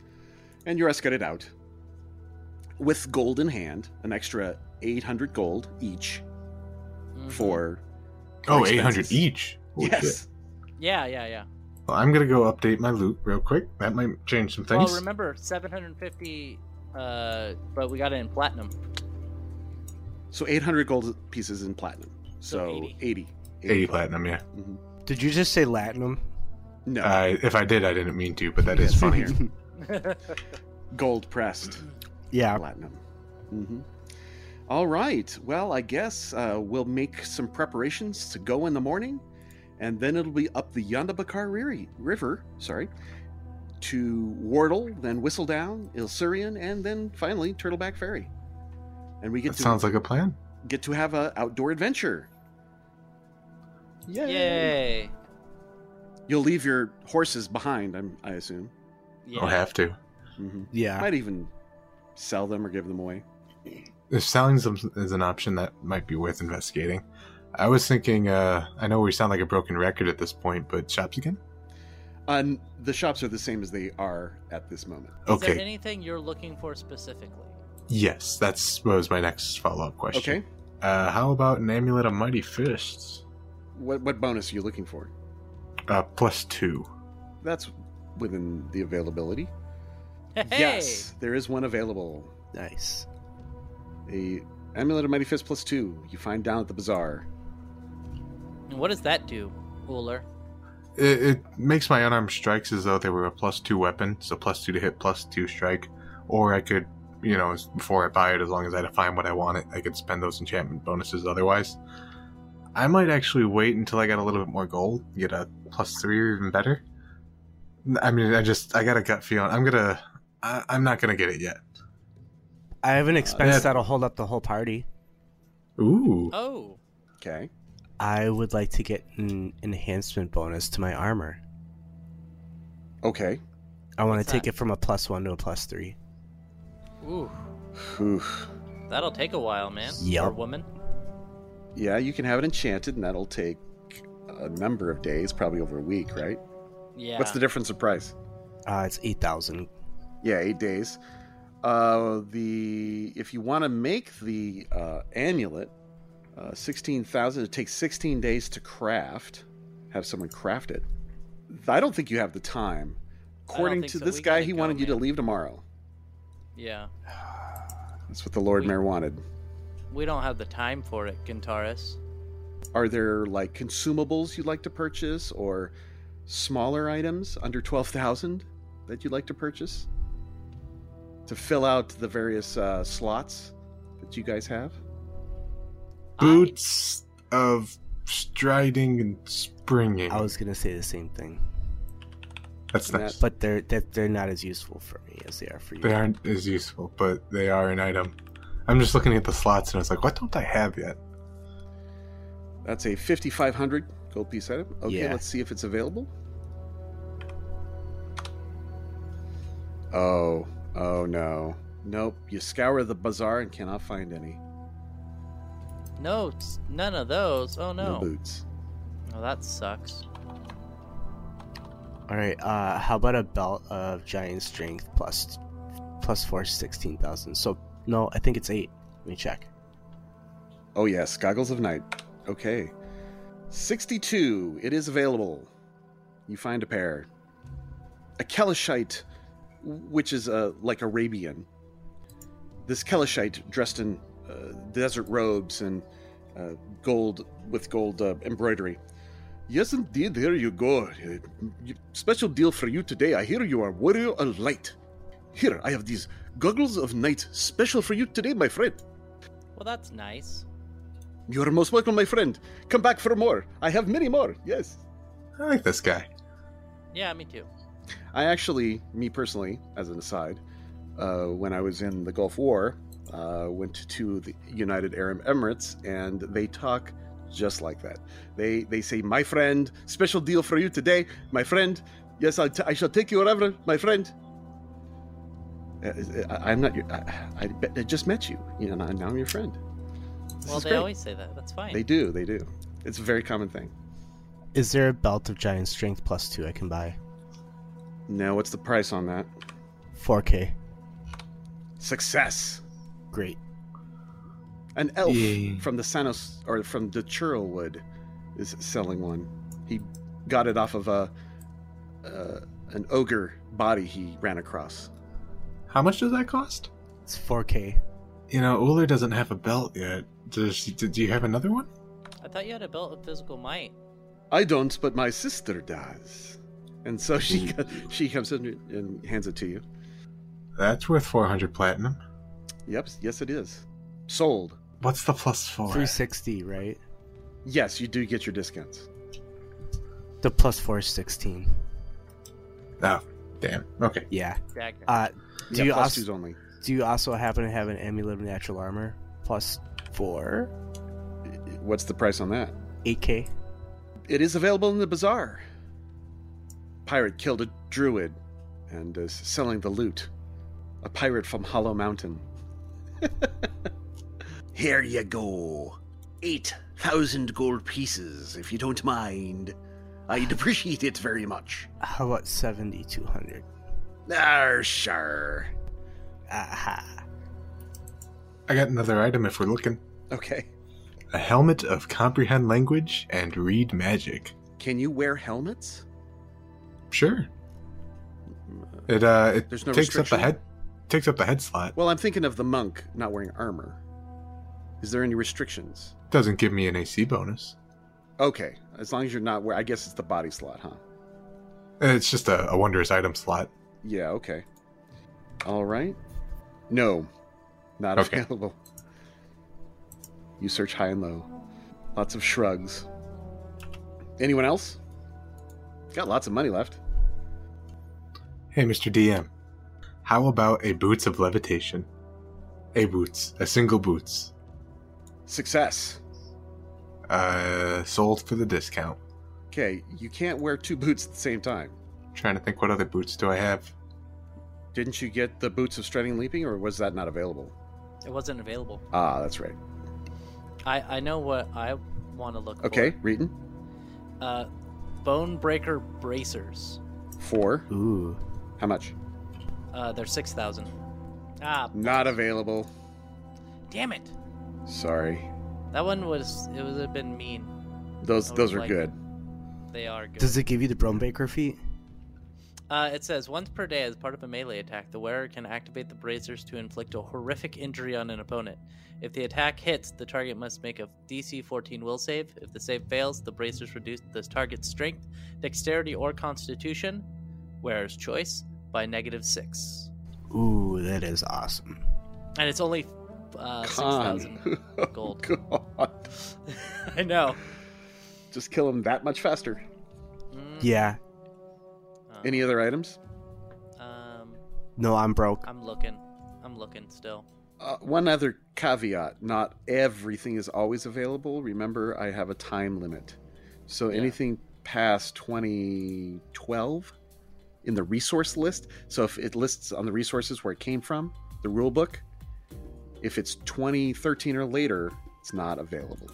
Speaker 1: and you're escorted out with gold in hand, an extra 800 gold each,
Speaker 2: Mhm.
Speaker 1: for.
Speaker 5: Oh,
Speaker 1: expenses.
Speaker 5: 800 each. Holy shit.
Speaker 1: yes.
Speaker 2: Yeah, yeah, yeah.
Speaker 5: Well, I'm gonna go update my loot real quick. That might change some things.
Speaker 2: Well, remember 750, uh, but we got it in platinum. *laughs*
Speaker 1: So 800 gold pieces in platinum. So,
Speaker 2: So
Speaker 1: 80.
Speaker 2: 80.
Speaker 5: 80 platinum, yeah.
Speaker 1: Mhm.
Speaker 4: Did you just say latinum?
Speaker 1: No.
Speaker 5: I, if I did, I didn't mean to, but uh, that is
Speaker 1: Yes.
Speaker 2: *laughs*
Speaker 5: funny. *laughs*
Speaker 1: gold pressed
Speaker 4: yeah.
Speaker 1: platinum. hmm All right. Well, I guess uh, we'll make some preparations to go in the morning, and then it'll be up the Yandabakar Riri- River, sorry, to Wardle, then Whistledown, Ilsurian, and then finally Turtleback Ferry. And we get
Speaker 5: That
Speaker 1: to
Speaker 5: sounds like a plan.
Speaker 1: get to have a outdoor adventure.
Speaker 2: Yay!
Speaker 1: You'll leave your horses behind, I'm, I assume.
Speaker 2: Yeah.
Speaker 5: Or have to.
Speaker 1: hmm
Speaker 4: Yeah.
Speaker 1: Might even sell them or give them away.
Speaker 5: If selling them is an option, that might be worth investigating. I was thinking, uh, I know we sound like a broken record at this point, but shops again?
Speaker 1: Uh, n- the shops are the same as they are at this moment.
Speaker 2: Is
Speaker 5: Okay.
Speaker 2: there anything you're looking for specifically?
Speaker 5: yes, that's what was my next follow up question.
Speaker 1: Okay.
Speaker 5: Uh, how about an amulet of mighty fists?
Speaker 1: What what bonus are you looking for?
Speaker 5: Uh, plus two.
Speaker 1: That's within the availability.
Speaker 2: Hey!
Speaker 1: Yes, there is one available.
Speaker 4: Nice.
Speaker 1: A amulet of mighty fist plus two. You find down at the bazaar.
Speaker 2: And What does that do, Uller?
Speaker 5: It, it makes my unarmed strikes as though they were a plus two weapon, so plus two to hit, plus two strike. Or I could, you know, as- before I buy it, as long as I define what I want it, I could spend those enchantment bonuses otherwise. I might actually wait until I got a little bit more gold, get a plus three or even better. I mean, I just, I got a gut feeling. I'm gonna, I, I'm not gonna get it yet.
Speaker 4: I have an expense
Speaker 5: yeah.
Speaker 4: that'll hold up the whole party.
Speaker 5: Ooh.
Speaker 2: Oh,
Speaker 1: Okay.
Speaker 4: I would like to get an enhancement bonus to my armor.
Speaker 1: Okay.
Speaker 4: I want
Speaker 2: What's
Speaker 4: to take
Speaker 2: that?
Speaker 4: it from a plus one to a plus three.
Speaker 2: ooh,
Speaker 1: Whew.
Speaker 2: that'll take a while, man.
Speaker 4: Yup.
Speaker 2: Or woman.
Speaker 1: Yeah, you can have it enchanted, and that'll take a number of days, probably over a week, right?
Speaker 2: Yeah.
Speaker 1: What's the difference in price?
Speaker 4: Uh, it's eight thousand.
Speaker 1: Yeah, eight days. Uh, the if you want to make the uh, amulet, uh, sixteen thousand. It takes sixteen days to craft. Have someone craft it. I don't think you have the time. According
Speaker 2: think
Speaker 1: to
Speaker 2: so.
Speaker 1: this
Speaker 2: We
Speaker 1: guy,
Speaker 2: gotta
Speaker 1: he
Speaker 2: go,
Speaker 1: wanted you to
Speaker 2: man.
Speaker 1: leave tomorrow.
Speaker 2: Yeah.
Speaker 1: That's what the Lord
Speaker 2: We-
Speaker 1: Mayor wanted.
Speaker 2: We don't have the time for it, Gintaris.
Speaker 1: Are there like consumables you'd like to purchase, or smaller items under twelve thousand that you'd like to purchase to fill out the various uh, slots that you guys have?
Speaker 5: Boots of striding and springing.
Speaker 4: I was gonna say the same thing,
Speaker 5: That's nice.
Speaker 4: but they're they're, they're not as useful for me as they are for you.
Speaker 5: They aren't as useful, but they are an item. I'm just looking at the slots and it's like, what don't I have yet?
Speaker 1: That's a 5,500 gold piece item. Okay,
Speaker 4: Yeah.
Speaker 1: let's see if it's available. Oh, oh no. Nope, you scour the bazaar and cannot find any.
Speaker 2: No, s- none of those. Oh no.
Speaker 1: boots.
Speaker 2: Oh, that sucks.
Speaker 4: All right. Uh, how about a belt of giant strength plus plus four sixteen thousand? So no, I think it's eight. Let me check.
Speaker 1: Oh yes, goggles of night. Okay. 62, it is available. You find a pair. A Kelishite, which is a, like Arabian. This Kelishite dressed in uh, desert robes and uh, gold with gold uh, embroidery. Yes, indeed, here you go. Uh, y- special deal for you today. I hear you are warrior of light. Here, I have these goggles of night special for you today, my friend.
Speaker 2: Well, that's nice.
Speaker 1: You're most welcome, my friend. Come back for more. I have many more. Yes.
Speaker 5: I like this guy.
Speaker 2: Yeah, me too.
Speaker 1: I actually, me personally, as an aside, uh, when I was in the Gulf War, uh, went to the United Arab Emirates, and they talk just like that. They they say, "My friend, special deal for you today, my friend. Yes, I'll t- I shall take you wherever, my friend." Uh, I, am not your. I, I, bet- I just met you, you know, and now I'm your friend. This
Speaker 2: Well,
Speaker 1: is
Speaker 2: they
Speaker 1: great.
Speaker 2: always say that. That's fine.
Speaker 1: they do, they do. It's a very common thing.
Speaker 4: Is there a belt of giant strength plus two I can buy?
Speaker 1: No, what's the price on that?
Speaker 4: Four K.
Speaker 1: Success.
Speaker 4: Great.
Speaker 1: An elf
Speaker 5: Yay.
Speaker 1: from the Sanos or from the Churl Wood is selling one. He got it off of a uh, an ogre body he ran across.
Speaker 5: How much does that cost?
Speaker 4: It's 4K.
Speaker 5: You know, Uller doesn't have a belt yet. Does, do do you have another one?
Speaker 2: I thought you had a belt of physical might.
Speaker 1: I don't, but my sister does. And so she *laughs*
Speaker 4: Mm-hmm.
Speaker 1: she comes in and hands it to you.
Speaker 5: That's worth 400 platinum.
Speaker 1: Yep, yes it is. Sold.
Speaker 5: What's the plus four?
Speaker 4: 360, right?
Speaker 1: Yes, you do get your discounts.
Speaker 4: The plus 4 is 16.
Speaker 5: Oh, damn. Okay.
Speaker 4: Yeah.
Speaker 2: Dagger.
Speaker 4: Uh, do
Speaker 1: yeah,
Speaker 4: you
Speaker 1: plus
Speaker 4: also
Speaker 1: twos only.
Speaker 4: do you also happen to have an amulet of natural armor plus 4?
Speaker 1: What's the price on that?
Speaker 4: 8K.
Speaker 1: It is available in the bazaar. Pirate killed a druid and is selling the loot. A pirate from Hollow Mountain. *laughs*
Speaker 6: Here you go. 8,000 gold pieces, if you don't mind. I'd appreciate it very much.
Speaker 4: How about 7200?
Speaker 6: Ah, sure.
Speaker 4: Aha.
Speaker 5: I got another item if we're looking.
Speaker 1: Okay.
Speaker 5: A helmet of comprehend language and read magic.
Speaker 1: Can you wear helmets?
Speaker 5: Sure. It uh it
Speaker 1: There's no
Speaker 5: takes up the
Speaker 1: restriction?
Speaker 5: head takes up the head slot.
Speaker 1: Well, I'm thinking of the monk not wearing armor. Is there any restrictions?
Speaker 5: Doesn't give me an AC bonus.
Speaker 1: Okay, as long as you're not wear I guess it's the body slot, huh?
Speaker 5: It's just a, a wondrous item slot.
Speaker 1: Yeah, okay. All right. No, not
Speaker 5: Okay.
Speaker 1: available. You search high and low. Lots of shrugs. Anyone else? Got lots of money left.
Speaker 5: Hey, Mr. DM. How about a boots of levitation? A boots, a single boots.
Speaker 1: Success.
Speaker 5: Uh, sold for the discount.
Speaker 1: Okay, you can't wear two *laughs* boots at the same time.
Speaker 5: Trying to think what other boots do I have?
Speaker 1: Didn't you get the boots of strutting and leaping, or was that not available?
Speaker 2: It wasn't available.
Speaker 1: Ah, that's right.
Speaker 2: I, I know what I want to look
Speaker 1: Okay,
Speaker 2: for.
Speaker 1: Reeton.
Speaker 2: Uh, bone breaker bracers.
Speaker 1: Four.
Speaker 4: Ooh.
Speaker 1: How much?
Speaker 2: Uh, they're six thousand. Ah,
Speaker 1: Not available.
Speaker 2: damn it!
Speaker 1: Sorry.
Speaker 2: That one was it would have been mean.
Speaker 1: Those
Speaker 2: I
Speaker 1: those
Speaker 2: would
Speaker 1: are
Speaker 2: like
Speaker 1: good. *laughs*
Speaker 2: They are good.
Speaker 4: Does it give you the Brumbaker feat?
Speaker 2: Uh, it says once per day, as part of a melee attack, the wearer can activate the bracers to inflict a horrific injury on an opponent. If the attack hits, the target must make a DC 14 will save. If the save fails, the bracers reduce the target's strength, dexterity, or constitution, wearer's choice, by negative six.
Speaker 4: Ooh, that is awesome.
Speaker 2: And it's only uh,
Speaker 1: Con.
Speaker 2: 6,000.
Speaker 4: *laughs* Oh,
Speaker 2: gold.
Speaker 1: God.
Speaker 2: *laughs* I know.
Speaker 1: Just kill him that much faster.
Speaker 2: Mm,
Speaker 4: Yeah.
Speaker 2: uh,
Speaker 1: Any other items?
Speaker 2: Um,
Speaker 4: No, I'm broke.
Speaker 2: I'm looking. I'm looking still.
Speaker 1: Uh, one other caveat not everything is always available. Remember, I have a time limit. So
Speaker 2: Yeah.
Speaker 1: anything past 2012 in the resource list, so if it lists on the resources where it came from, the rule book, if it's 2013 or later, it's not available.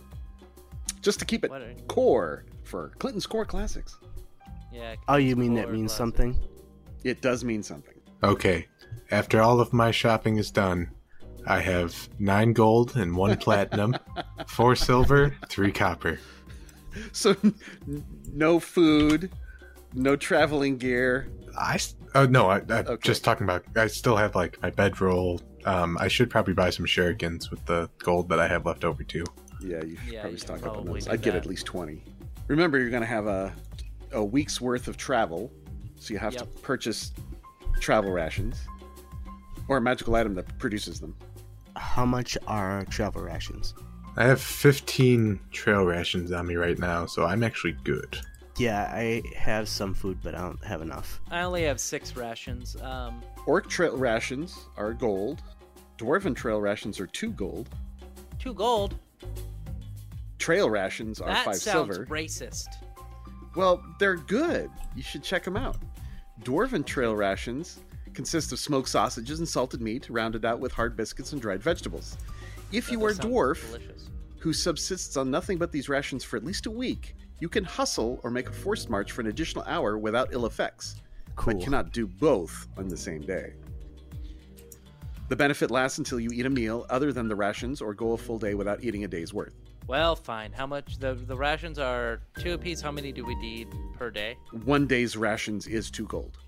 Speaker 1: Just to keep it
Speaker 2: What are-
Speaker 1: core for Clinton's Core Classics.
Speaker 2: Yeah.
Speaker 4: Oh, you mean that
Speaker 2: Explorer
Speaker 4: means
Speaker 2: glasses.
Speaker 4: something?
Speaker 1: It does mean something. *laughs*
Speaker 5: Okay. After all of my shopping is done, I have nine gold and one platinum, four silver, three copper.
Speaker 1: So n- no food, no traveling gear,
Speaker 5: I s- oh no, I, I'm
Speaker 1: Okay.
Speaker 5: just talking about. I still have like my bedroll. Um, I should probably buy some shurikens with the gold that I have left over too.
Speaker 1: Yeah, you should
Speaker 2: Yeah,
Speaker 1: probably
Speaker 2: you
Speaker 1: stock
Speaker 2: could
Speaker 1: up on
Speaker 2: probably
Speaker 1: those.
Speaker 2: do
Speaker 1: I'd get
Speaker 2: that.
Speaker 1: at least 20. Remember, you're going to have a, a week's worth of travel, so you have to
Speaker 2: Yep.
Speaker 1: purchase travel rations or a magical item that produces them.
Speaker 4: How much are travel rations?
Speaker 5: I have 15 trail rations on me right now, so I'm actually good.
Speaker 4: Yeah, I have some food, but I don't have enough.
Speaker 2: I only have six rations. Um,
Speaker 1: Orc trail rations are gold, Dwarven trail rations are two gold,
Speaker 2: two gold.
Speaker 1: trail rations are
Speaker 2: that
Speaker 1: five
Speaker 2: sounds
Speaker 1: silver.
Speaker 2: racist.
Speaker 1: Well, they're good. You should check them out. Dwarven trail rations consist of smoked sausages and salted meat, rounded out with hard biscuits and dried vegetables. If you
Speaker 2: That
Speaker 1: are
Speaker 2: sounds
Speaker 1: dwarf,
Speaker 2: delicious.
Speaker 1: who subsists on nothing but these rations for at least a week, you can hustle or make a forced march for an additional hour without ill effects,
Speaker 4: Cool.
Speaker 1: but cannot do both on the same day. The benefit lasts until you eat a meal other than the rations or go a full day without eating a day's worth.
Speaker 2: Well, fine. How much? The, the rations are two apiece. How many do we need per day?
Speaker 1: One day's rations is two gold.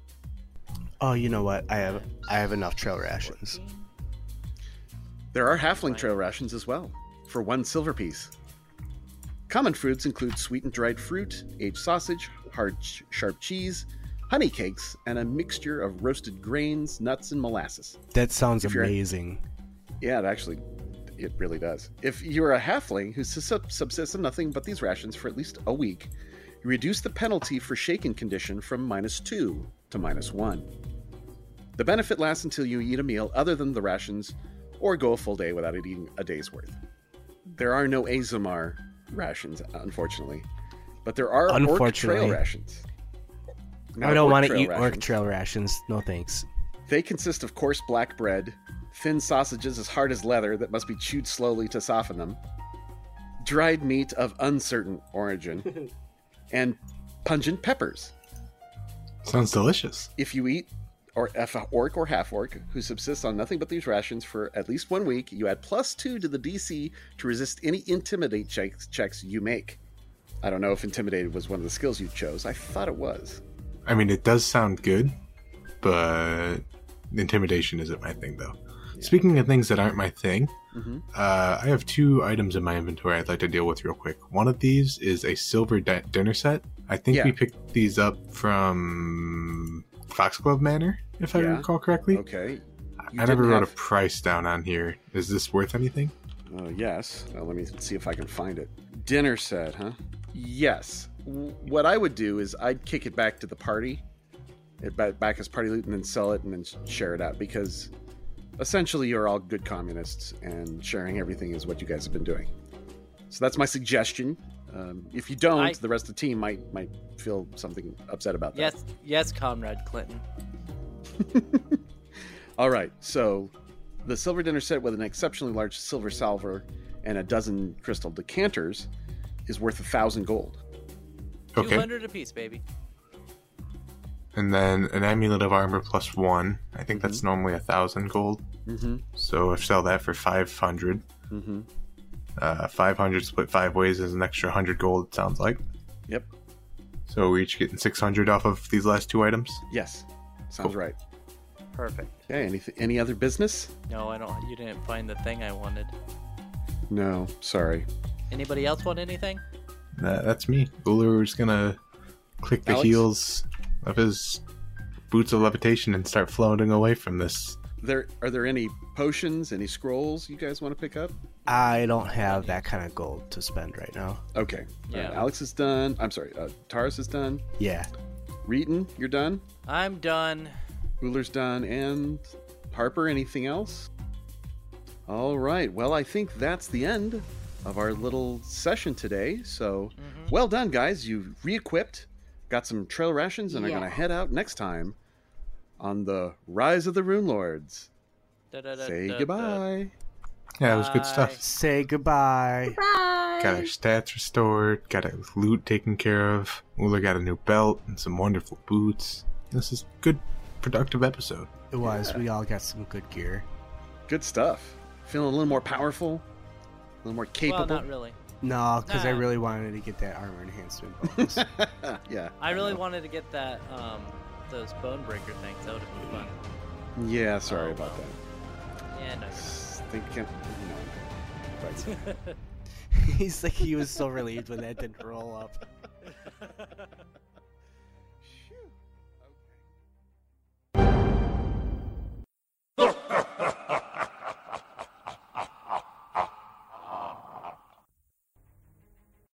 Speaker 4: Oh, you know what? I have I have enough trail rations.
Speaker 1: There are halfling trail rations as well, for one silver piece. Common foods include sweet and dried fruit, aged sausage, hard ch- sharp cheese, honey cakes, and a mixture of roasted grains, nuts, and molasses.
Speaker 4: That sounds
Speaker 1: If you're-
Speaker 4: amazing.
Speaker 1: Yeah, it actually, it really does. If you're a halfling who sus- subsists on nothing but these rations for at least a week, you reduce the penalty for shaken condition from minus two to minus one. The benefit lasts until you eat a meal other than the rations, or go a full day without eating a day's worth. There are no Azamar rations, unfortunately, but there are orc trail
Speaker 4: Unfortunately.
Speaker 1: rations.
Speaker 4: I don't
Speaker 1: Orc
Speaker 4: want to
Speaker 1: trail
Speaker 4: eat orc
Speaker 1: rations.
Speaker 4: trail rations. No thanks.
Speaker 1: They consist of coarse black bread, thin sausages as hard as leather that must be chewed slowly to soften them, dried meat of uncertain origin, and pungent peppers.
Speaker 5: Sounds delicious.
Speaker 1: If you eat or if a orc or half orc who subsists on nothing but these rations for at least one week, you add plus two to the DC to resist any intimidate checks, checks you make. I don't know if intimidated was one of the skills you chose. I thought it was.
Speaker 5: I mean, it does sound good, but intimidation isn't my thing, though. Speaking of things that aren't my thing,
Speaker 1: Mhm.
Speaker 5: uh, I have two items in my inventory I'd like to deal with real quick. One of these is a silver di- dinner set. I think
Speaker 1: Yeah.
Speaker 5: we picked these up from Foxglove Manor, if I
Speaker 1: Yeah.
Speaker 5: recall correctly.
Speaker 1: Okay. You
Speaker 5: I never
Speaker 1: didn't
Speaker 5: wrote
Speaker 1: have-
Speaker 5: a price down on here. Is this worth anything?
Speaker 1: Uh, yes. Uh, let me see if I can find it. Dinner set, huh? Yes. W- what I would do is I'd kick it back to the party, it ba- back as party loot, and then sell it and then sh- share it out because essentially you're all good communists and sharing everything is what you guys have been doing. So that's my suggestion. Um, if you don't,
Speaker 2: I-
Speaker 1: the rest of the team might might feel something upset about that.
Speaker 2: Yes, yes, Comrade Clinton.
Speaker 1: All right, so the silver dinner set with an exceptionally large silver salver and a dozen crystal decanters is worth a thousand gold.
Speaker 5: Okay.
Speaker 2: 200 apiece, baby.
Speaker 5: And then an amulet of armor plus one. I think that's normally a thousand gold.
Speaker 1: Mm-hmm.
Speaker 5: So if sell that for five hundred,
Speaker 1: Mm-hmm.
Speaker 5: uh, five hundred split five ways is an extra hundred gold. It sounds like.
Speaker 1: Yep.
Speaker 5: So we're each getting six hundred off of these last two items.
Speaker 1: Yes. Sounds
Speaker 5: Cool.
Speaker 1: right.
Speaker 2: Perfect.
Speaker 1: Okay. Any any other business?
Speaker 2: No, I don't. You didn't find the thing I wanted.
Speaker 1: No. Sorry.
Speaker 2: Anybody else want anything?
Speaker 5: That, that's me. Ulur's gonna click the
Speaker 1: Alex?
Speaker 5: heels of his boots of levitation and start floating away from this.
Speaker 1: There are there any potions? Any scrolls you guys want to pick up?
Speaker 4: I don't have that kind of gold to spend right now.
Speaker 1: Okay. All right,
Speaker 2: Yeah.
Speaker 1: Alex is done. I'm sorry. Uh, Taurus is done.
Speaker 4: Yeah.
Speaker 1: Reeton, you're done.
Speaker 2: I'm done.
Speaker 1: Ruler's done, and Harper, anything else? All right. Well, I think that's the end of our little session today. So,
Speaker 2: Mm-hmm.
Speaker 1: well done, guys. You re-equipped, got some trail rations, and are
Speaker 3: Yeah.
Speaker 1: going to head out next time on the Rise of the Rune Lords.
Speaker 2: Da-da-da-da-da.
Speaker 1: Say goodbye.
Speaker 5: Yeah, it was good
Speaker 2: Bye.
Speaker 5: stuff.
Speaker 4: Say goodbye.
Speaker 3: Bye.
Speaker 5: Got our stats restored, got our loot taken care of. Uller got a new belt and some wonderful boots. This is a good, productive episode.
Speaker 4: It was. We all got some good gear.
Speaker 1: Good stuff. Feeling a little more powerful, a little more
Speaker 2: Well,
Speaker 1: capable.
Speaker 2: not really.
Speaker 4: No, because I
Speaker 2: Nah.
Speaker 4: really wanted to get that armor enhancement *laughs* bonus.
Speaker 1: yeah.
Speaker 2: I really wanted to get that, um, those bone breaker things. That would have been fun.
Speaker 1: Yeah. Sorry about that.
Speaker 2: Yeah, no.
Speaker 1: Thinking. No. Right.
Speaker 4: He's like, he was so relieved when that didn't roll up.